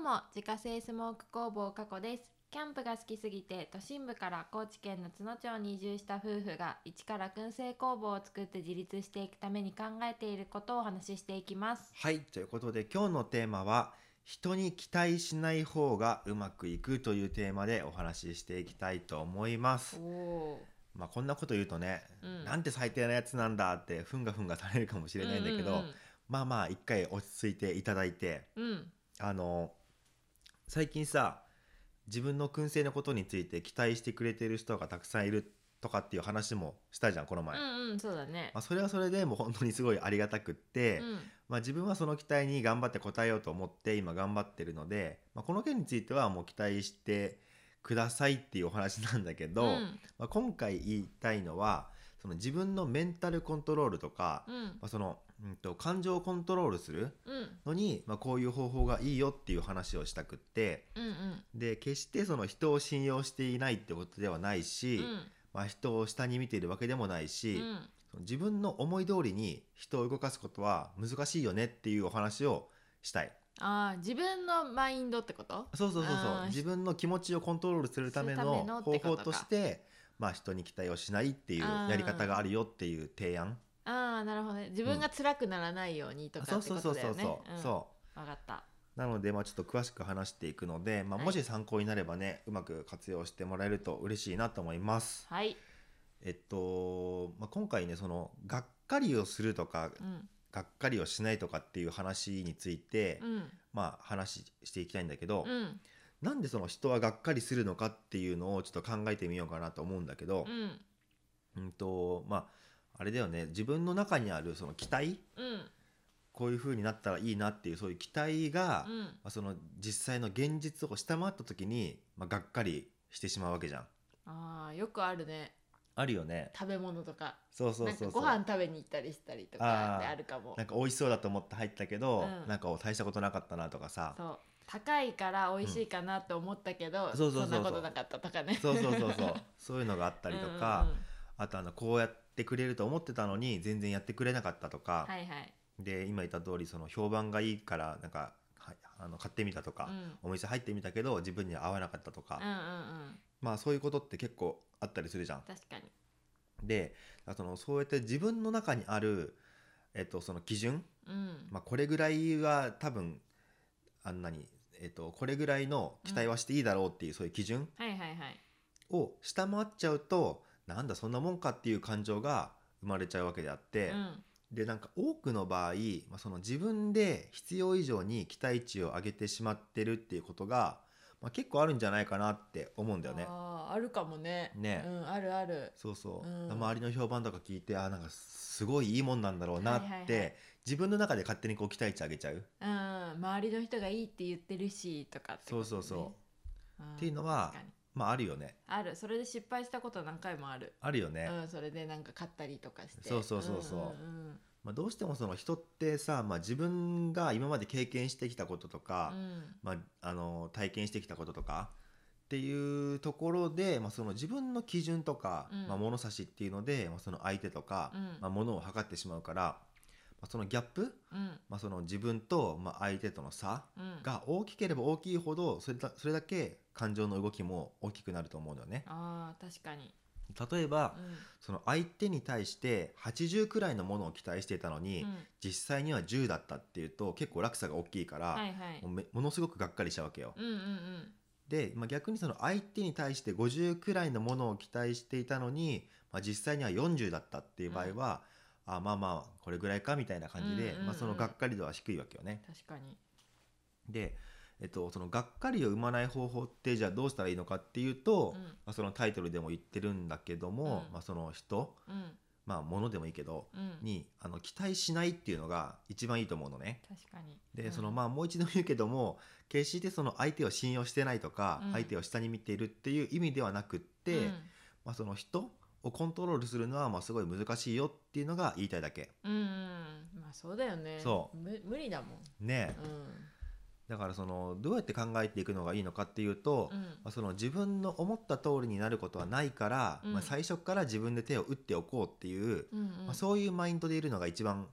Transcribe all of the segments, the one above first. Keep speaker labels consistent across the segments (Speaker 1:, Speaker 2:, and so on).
Speaker 1: も自家製スモーク工房過去ですキャンプが好きすぎて都心部から高知県の津野町に移住した夫婦が一から燻製工房を作って自立していくために考えていることをお話ししていきます
Speaker 2: はいということで今日のテーマは人に期待しない方がうまくいくというテーマでお話ししていきたいと思います
Speaker 1: お
Speaker 2: まあこんなこと言うとね、
Speaker 1: うん
Speaker 2: なんて最低なやつなんだってふんがふんがされるかもしれないんだけど、まあまあ一回落ち着いていただいて
Speaker 1: うんうん
Speaker 2: あの最近さ自分の燻製のことについて期待してくれてる人がたくさんいるとかっていう話もしたじゃんこの
Speaker 1: う
Speaker 2: 前、ま
Speaker 1: んうんそうだね
Speaker 2: あ、それはそれでもう本当にすごいありがたくって、
Speaker 1: うん
Speaker 2: まあ、自分はその期待に頑張って応えようと思って今頑張ってるので、まあ、この件についてはもう期待してくださいっていうお話なんだけど、
Speaker 1: うん
Speaker 2: まあ、今回言いたいのはその自分のメンタルコントロールとか、
Speaker 1: うん
Speaker 2: まあ、その、うん、と感情をコントロールする
Speaker 1: うん
Speaker 2: のに、まあ、こういう方法がいいよっていう話をしたくって
Speaker 1: うんうん
Speaker 2: で決してその人を信用していないってことではないし、まあ、人を下に見ているわけでもないし、
Speaker 1: うん
Speaker 2: その自分の思い通りに人を動かすことは難しいよねっていうお話をしたい
Speaker 1: ああ自分のマインドってこと
Speaker 2: そうそうそう
Speaker 1: あ
Speaker 2: そ
Speaker 1: ー
Speaker 2: う自分の気持ちをコントロールするため
Speaker 1: するため
Speaker 2: の
Speaker 1: の
Speaker 2: 方法としてまあ人に期待をしないっていう
Speaker 1: あー
Speaker 2: やり方があるよっていう提案
Speaker 1: ああなるほどね自分が辛くならないようにとか
Speaker 2: そう
Speaker 1: って
Speaker 2: そう
Speaker 1: こと
Speaker 2: そう
Speaker 1: だ
Speaker 2: そ
Speaker 1: よ
Speaker 2: う
Speaker 1: ね
Speaker 2: そう、
Speaker 1: うん
Speaker 2: そ
Speaker 1: わかった
Speaker 2: うなのでまあちょっと詳しく話していくので、まあ、
Speaker 1: はい
Speaker 2: もし参考になればね、うまく活用してもらえると嬉しいなと思います
Speaker 1: はい
Speaker 2: えっと、まあ、今回ねそのがっかりをするとか
Speaker 1: うん
Speaker 2: がっかりをしないとかっていう話について、
Speaker 1: うん
Speaker 2: まあ、話していきたいんだけど、
Speaker 1: うん
Speaker 2: なんでその人はがっかりするのかっていうのをちょっと考えてみようかなと思うんだけど
Speaker 1: う、ん
Speaker 2: うん、とまああれだよね自分の中にあるその期待
Speaker 1: うん
Speaker 2: こういう風になったらいいなっていうそういう期待が、ま
Speaker 1: うん
Speaker 2: あ、その実際の現実を下回った時に、まあ、がっかりしてしまうわけじゃん。
Speaker 1: ああよくあるね
Speaker 2: あるよね。
Speaker 1: 食べ物とか
Speaker 2: そうそうそう
Speaker 1: な
Speaker 2: そう。
Speaker 1: んかご飯食べに行ったりしたりとか
Speaker 2: あー
Speaker 1: であるかも
Speaker 2: なんか美味しそうだと思って入ったけど、
Speaker 1: うん
Speaker 2: なんかお大したことなかったなとかさ。
Speaker 1: そう高いから美味しいかなと思ったけど、
Speaker 2: うんそうそうそうそうん
Speaker 1: なことなかったとかね
Speaker 2: そうそうそうそう。そういうのがあったりとか、
Speaker 1: うんうんうん
Speaker 2: あとあのこうやってくれると思ってたのに全然やってくれなかったとか、
Speaker 1: はいはい、
Speaker 2: で今言った通りその評判がいいからなんかはあの買ってみたとか
Speaker 1: うん、う、ん
Speaker 2: お店入ってみたけど自分には合わなかったとか、
Speaker 1: うんうん
Speaker 2: まあそういうことって結構あったりするじゃん。
Speaker 1: 確かに
Speaker 2: であそのそうやって自分の中にある、えっと、その基準、
Speaker 1: うん、
Speaker 2: まあ、これぐらいは多分あんなに、えっと、これぐらいの期待はしていいだろうっていう、そういう基準
Speaker 1: はいはいはい
Speaker 2: を下回っちゃうとなんだそんなもんかっていう感情が生まれちゃうわけであって。
Speaker 1: うん
Speaker 2: でなんか多くの場合、まあ、その自分で必要以上に期待値を上げてしまってるっていうことが、まあ、結構あるんじゃないかなって思うんだよね。
Speaker 1: あーあるかもね
Speaker 2: ね
Speaker 1: うん、あるある
Speaker 2: そうそう、
Speaker 1: うん
Speaker 2: 周りの評判とか聞いてあーなんかすごいいいもんなんだろうなって、
Speaker 1: はいはいはい
Speaker 2: 自分の中で勝手にこう期待値上げちゃう、
Speaker 1: うん周りの人がいいって言ってるしとかって、
Speaker 2: そうそうそう
Speaker 1: ん
Speaker 2: っていうのは
Speaker 1: 確かに
Speaker 2: うまああるよね
Speaker 1: あるそれで失敗したこと何回もある、
Speaker 2: あるよね、
Speaker 1: うん、それでなんか買ったりとかして
Speaker 2: そうそうそうそう
Speaker 1: うん
Speaker 2: まあ、どうしてもその人ってさ、まあ、自分が今まで経験してきたことと
Speaker 1: う
Speaker 2: か、
Speaker 1: んうん
Speaker 2: まあ、あの体験してきたこととかっていうところで、まあ、その自分の基準とか、
Speaker 1: うん
Speaker 2: まあ、物差しっていうので、まあ、その相手とか、
Speaker 1: うん
Speaker 2: まあ、物を測ってしまうから、まあ、そのギャップ、
Speaker 1: うん
Speaker 2: まあ、その自分と、まあ、相手との差
Speaker 1: うん
Speaker 2: が大きければ大きいほどそれだそれだけ感情の動きも大きくなると思うんだよね。
Speaker 1: あー確かに、
Speaker 2: 例えば
Speaker 1: うん
Speaker 2: その相手に対して80くらいのものを期待していたのに、
Speaker 1: うん
Speaker 2: 実際には10だったっていうと結構落差が大きいから、
Speaker 1: はいはい
Speaker 2: もうめものすごくがっかりしちゃうわけよ。
Speaker 1: うんうんうん
Speaker 2: で、まあ、逆にその相手に対して50くらいのものを期待していたのに、まあ、実際には40だったっていう場合は、あまあまあこれぐらいかみたいな感じ
Speaker 1: うん
Speaker 2: で、
Speaker 1: うんうん
Speaker 2: まあ、そのがっかり度は低いわけよね。
Speaker 1: 確かに
Speaker 2: で、えっと、そのがっかりを生まない方法ってじゃあどうしたらいいのかっていうと、
Speaker 1: う
Speaker 2: ま
Speaker 1: ん
Speaker 2: あ、そのタイトルでも言ってるんだけども、
Speaker 1: うん
Speaker 2: まあ、その人、
Speaker 1: うん
Speaker 2: まあ、物でもいいけど
Speaker 1: うん
Speaker 2: にあの期待しないっていうのが一番いいと思うのね。
Speaker 1: 確かに
Speaker 2: で、
Speaker 1: うん
Speaker 2: そのまあもう一度言うけども決してその相手を信用してないとか、
Speaker 1: うん
Speaker 2: 相手を下に見ているっていう意味ではなくって、まあ、その人をコントロールするのはまあすごい難しいよっていうのが言いたいだけ
Speaker 1: うん、うんうんまあそうだよね
Speaker 2: そう
Speaker 1: 無無理だもん
Speaker 2: ねえ、
Speaker 1: うん
Speaker 2: だからそのどうやって考えていくのがいいのかっていうと、
Speaker 1: う
Speaker 2: ま
Speaker 1: ん
Speaker 2: あ、その自分の思った通りになることはないから、
Speaker 1: うん
Speaker 2: まあ、最初から自分で手を打っておこうっていう、
Speaker 1: うんうん
Speaker 2: まあ、そういうマインドでいるのが一番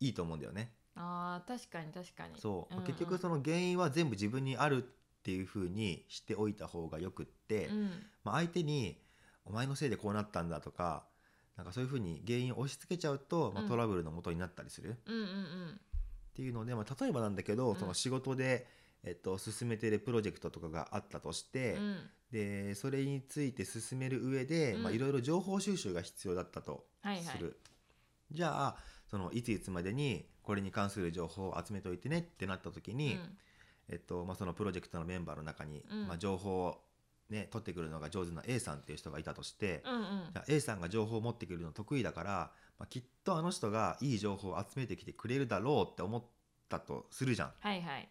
Speaker 2: いいと思うんだよね。
Speaker 1: あー確かに確かに
Speaker 2: そう、
Speaker 1: んん
Speaker 2: 結局その原因は全部自分にあるっていうふうにしておいた方がよくって、
Speaker 1: うん
Speaker 2: まあ、相手に「お前のせいでこうなったんだ」とかなんかそういうふうに原因を押し付けちゃうと、まあ、
Speaker 1: うん
Speaker 2: トラブルの元になったりするっ
Speaker 1: うんうん
Speaker 2: ていうので、まあ、例えばなんだけど、
Speaker 1: うん
Speaker 2: その仕事で、えっと、進めてるプロジェクトとかがあったとし
Speaker 1: う
Speaker 2: て、
Speaker 1: んうん
Speaker 2: でそれについて進める上で、
Speaker 1: うん
Speaker 2: まあ、いろいろ情報収集が必要だったと
Speaker 1: はいはい
Speaker 2: する、じゃあそのいついつまでにこれに関する情報を集めておいてねってなった時に、えっとまあ、そのプロジェクトのメンバーの中に、
Speaker 1: うん
Speaker 2: まあ、情報を、ね、取ってくるのが上手な A さんっていう人がいたとして、
Speaker 1: うんうんうん
Speaker 2: じゃあ A さんが情報を持ってくるの得意だから、まあ、きっとあの人がいい情報を集めてきてくれるだろうって思ったとするじゃん。
Speaker 1: はいはい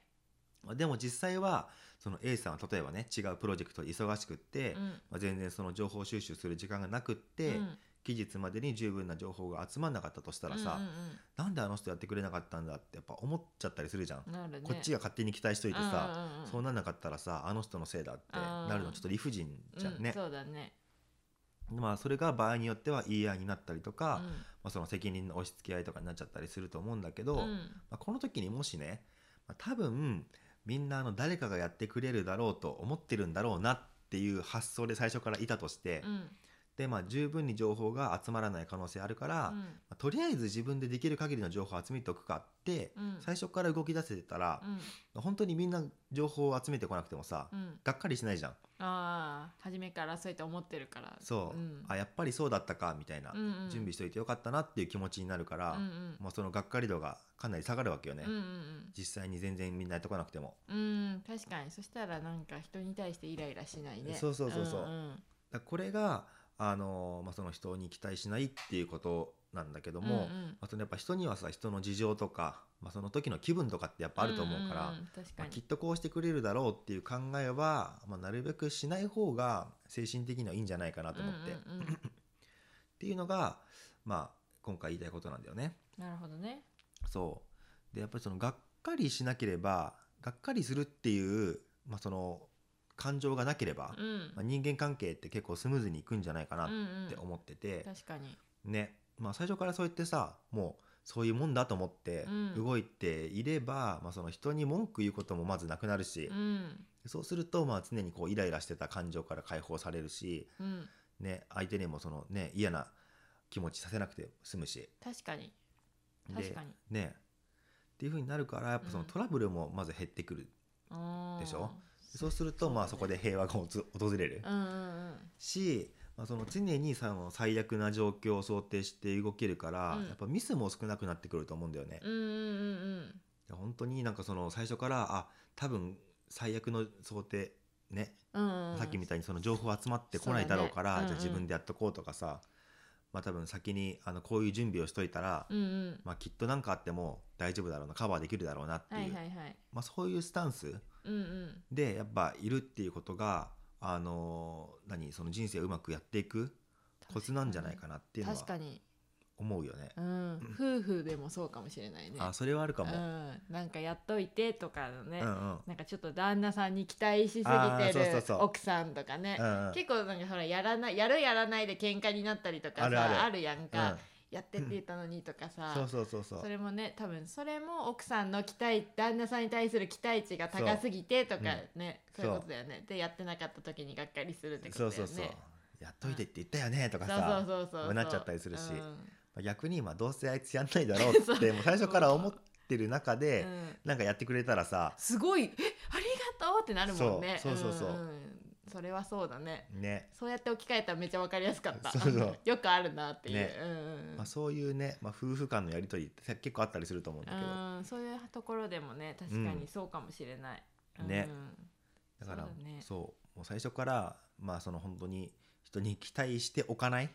Speaker 2: まあでも実際はその A さんは例えばね違うプロジェクトで忙しくって、
Speaker 1: うん
Speaker 2: まあ、全然その情報収集する時間がなくって、
Speaker 1: うん
Speaker 2: 期日までに十分な情報が集まんなかったとしたらさ、
Speaker 1: うんうん
Speaker 2: なんであの人やってくれなかったんだってやっぱ思っちゃったりするじゃん。
Speaker 1: うんなるね
Speaker 2: こっちが勝手に期待しといてさ、
Speaker 1: うんうんうん
Speaker 2: そうなんなかったらさあの人のせいだってなるのちょっと理不尽じゃん
Speaker 1: う
Speaker 2: ね
Speaker 1: ん、、そうだね
Speaker 2: まあそれが場合によっては言い合いになったりとか、
Speaker 1: う
Speaker 2: ま
Speaker 1: ん
Speaker 2: あ、その責任の押し付け合いとかになっちゃったりすると思うんだけど、
Speaker 1: う
Speaker 2: ま
Speaker 1: ん
Speaker 2: あ、この時にもしね、まあ、多分みんなあの誰かがやってくれるだろうと思ってるんだろうなっていう発想で最初からいたとして、
Speaker 1: うん
Speaker 2: でまあ十分に情報が集まらない可能性あるから、まあとりあえず自分でできる限りの情報を集めておくかって、
Speaker 1: うんうん
Speaker 2: 最初から動き出せてたら
Speaker 1: う、ん
Speaker 2: まあ本当にみんな情報を集めてこなくてもさ、
Speaker 1: うん
Speaker 2: がっかりしないじゃん
Speaker 1: ああ初めからそうやって思ってるから
Speaker 2: そう、
Speaker 1: ん、
Speaker 2: あやっぱりそうだったかみたいな、
Speaker 1: うんうん
Speaker 2: 準備しといてよかったなっていう気持ちになるから、
Speaker 1: うんうん
Speaker 2: まあ、そのがっかり度がかなり下がるわけよね、
Speaker 1: うんうん
Speaker 2: 実際に全然みんなやっとかなくても
Speaker 1: うんうん確かにそしたらなんか人に対してイライラしないね
Speaker 2: そうそうそうそうん
Speaker 1: ん
Speaker 2: だからこれが、あのーまあ、その人に期待しないっていうことなんだけども、
Speaker 1: うんうん
Speaker 2: まあ、そのやっぱ人にはさ人の事情とか、まあ、その時の気分とかってやっぱあると思うから、
Speaker 1: んんん確か
Speaker 2: まあ、き
Speaker 1: に
Speaker 2: っとこうしてくれるだろうっていう考えは、まあ、なるべくしない方が精神的にはいいんじゃないかなと思って、っ
Speaker 1: うんうんうん
Speaker 2: ていうのが、まあ、今回言いたいことなんだよね。
Speaker 1: なるほどね
Speaker 2: そうでやっぱりそのがっかりしなければがっかりするっていう、まあ、その感情がなければ、
Speaker 1: うん
Speaker 2: まあ、人間関係って結構スムーズにいくんじゃないかなっ
Speaker 1: うんうん
Speaker 2: て思ってて、
Speaker 1: 確かに
Speaker 2: ね、まあ、最初からそう言ってさもうそういうもんだと思って
Speaker 1: うん
Speaker 2: 動いていれば、まあ、その人に文句言うこともまずなくなるし、
Speaker 1: うん
Speaker 2: そうするとまあ常にこうイライラしてた感情から解放されるし、
Speaker 1: うん
Speaker 2: ね、相手にもその、ね、嫌な気持ちさせなくて済むし。
Speaker 1: 確かに
Speaker 2: で
Speaker 1: 確かに
Speaker 2: ねっていう風になるからやっぱそ
Speaker 1: う
Speaker 2: の
Speaker 1: ん
Speaker 2: トラブルもまず減ってくる、
Speaker 1: あー
Speaker 2: でしょそうするとまあそこで平和がおつ訪れる
Speaker 1: うんうんうん
Speaker 2: し、まあ、その常にその最悪な状況を想定して動けるから、
Speaker 1: うん
Speaker 2: やっぱミスも少なくなってくると思うんだよね
Speaker 1: う。んうんうん
Speaker 2: 本当になんかその最初からあ多分最悪の想定ね、
Speaker 1: うんうん
Speaker 2: さっきみたいにその情報集まってこないだろうから
Speaker 1: そうだねう
Speaker 2: じゃあ
Speaker 1: んうん
Speaker 2: 自分でやっとこうとかさ、まあ、多分先にあのこういう準備をしといたら、
Speaker 1: うんうん
Speaker 2: まあ、きっと何かあっても大丈夫だろうなカバーできるだろうなっていう、
Speaker 1: はいはいはい
Speaker 2: まあ、そういうスタンス
Speaker 1: うんうん
Speaker 2: でやっぱいるっていうことが、あのー何その人生をうまくやっていくコツなんじゃないかなっていうのは
Speaker 1: 確かに
Speaker 2: 思うよね。
Speaker 1: うん夫婦でもそうかもしれないね
Speaker 2: あそれはあるかも。
Speaker 1: うん、なんかやっといてとかのね、
Speaker 2: うんうん
Speaker 1: なんかちょっと旦那さんに期待しすぎ
Speaker 2: あー
Speaker 1: て
Speaker 2: そうそう
Speaker 1: る
Speaker 2: そう
Speaker 1: 奥さんとかね
Speaker 2: う、んうん
Speaker 1: 結構なんかほらやらないやるやらないで喧嘩になったりとかさ
Speaker 2: あるある
Speaker 1: やん
Speaker 2: う
Speaker 1: か、
Speaker 2: ん
Speaker 1: やってって言ったのにとかさ、
Speaker 2: そうそうそうそう
Speaker 1: それもね多分それも奥さんの期待旦那さんに対する期待値が高すぎてとかね
Speaker 2: そ
Speaker 1: そうう,、いうことだよねでやってなかった時にがっかりするってことだ
Speaker 2: そ
Speaker 1: よ
Speaker 2: う
Speaker 1: ね
Speaker 2: そうそうやっといてって言ったよねとか
Speaker 1: そう
Speaker 2: さ
Speaker 1: そうそうそう
Speaker 2: なっちゃったりするし
Speaker 1: うん
Speaker 2: まあ逆にまあどうせあいつやんないだ ろうってもう最初から思ってる中で、
Speaker 1: うん
Speaker 2: なんかやってくれたらさ
Speaker 1: すごい「えありがとう!」ってなるもんね
Speaker 2: そうそうそうそうん
Speaker 1: んそれはそうだね
Speaker 2: ね、
Speaker 1: そうやって置き換えたらめっちゃ分かりやすかった
Speaker 2: そうそう
Speaker 1: よくあるなっていう、
Speaker 2: ね
Speaker 1: うんうんうん
Speaker 2: まあ、そういうね、まあ、夫婦間のやりとりって結構あったりすると思うんだけど、
Speaker 1: うんそういうところでもね確かにそうかもしれない、うん、
Speaker 2: ねだから
Speaker 1: そうだね
Speaker 2: そうもう最初からまあその本当に人に期待しておかない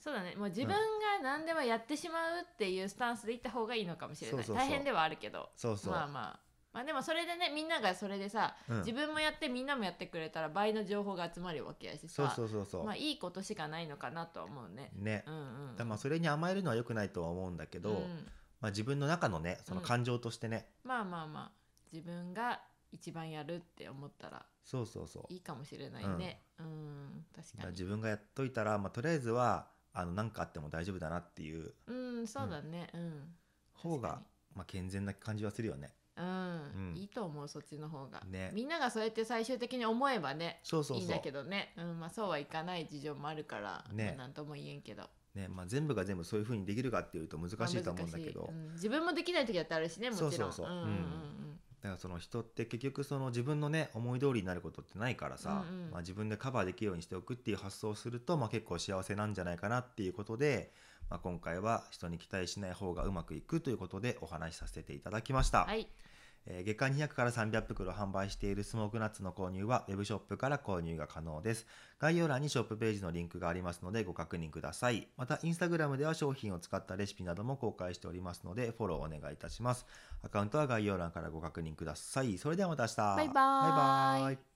Speaker 1: そうだねもう自分が何でもやってしまうっていうスタンスでいった方がいいのかもしれない、
Speaker 2: そうそうそう
Speaker 1: 大変ではあるけど
Speaker 2: そうそう、
Speaker 1: まあまあまあでもそれでねみんながそれでさ、
Speaker 2: うん
Speaker 1: 自分もやってみんなもやってくれたら倍の情報が集まるわけやしさ
Speaker 2: そうそうそうそう、
Speaker 1: まあいいことしかないのかなとは思うね、
Speaker 2: ね、
Speaker 1: うんうんうん
Speaker 2: だまあそれに甘えるのは良くないとは思うんだけど、
Speaker 1: うん
Speaker 2: まあ、自分の中のねその
Speaker 1: うん
Speaker 2: 感情としてね、
Speaker 1: まあまあまあ自分が一番やるって思ったら
Speaker 2: そうそうそう
Speaker 1: いいかもしれないねうん確
Speaker 2: だか
Speaker 1: からに
Speaker 2: 自分がやっといたら、まあ、とりあえずはあの何かあっても大丈夫だなっていう
Speaker 1: うんそうだねうん
Speaker 2: 方
Speaker 1: 確
Speaker 2: が
Speaker 1: か
Speaker 2: まあ、健全な感じはするよね
Speaker 1: うん、
Speaker 2: うん
Speaker 1: いいと思うそっちの方が、
Speaker 2: ね
Speaker 1: みんながそうやって最終的に思えばね
Speaker 2: そうそうそう
Speaker 1: いいんだけどね、うんまあ、そうはいかない事情もあるから、
Speaker 2: ね
Speaker 1: まあ、なんとも言えんけど
Speaker 2: ねまあ、全部が全部そういうふうにできるかっていうと難
Speaker 1: まあ
Speaker 2: しいと思うんだけど、
Speaker 1: 難しいうん自分もできない時だってあるしねもちろん
Speaker 2: そうそうそうん
Speaker 1: うんうん
Speaker 2: だからその人って結局その自分のね思い通りになることってないからさ、
Speaker 1: うんうん
Speaker 2: まあ、自分でカバーできるようにしておくっていう発想をすると、まあ、結構幸せなんじゃないかなっていうことで、まあ、今回は人に期待しない方がうまくいくということでお話しさせていただきました、
Speaker 1: はい
Speaker 2: えー月間200から300袋販売しているスモークナッツの購入はウェブショップから購入が可能です概要欄にショップページのリンクがありますのでご確認くださいまたインスタグラムでは商品を使ったレシピなども公開しておりますのでフォローお願いいたしますアカウントは概要欄からご確認くださいそれではまた明日バ
Speaker 1: バイバーイ
Speaker 2: バイバーイ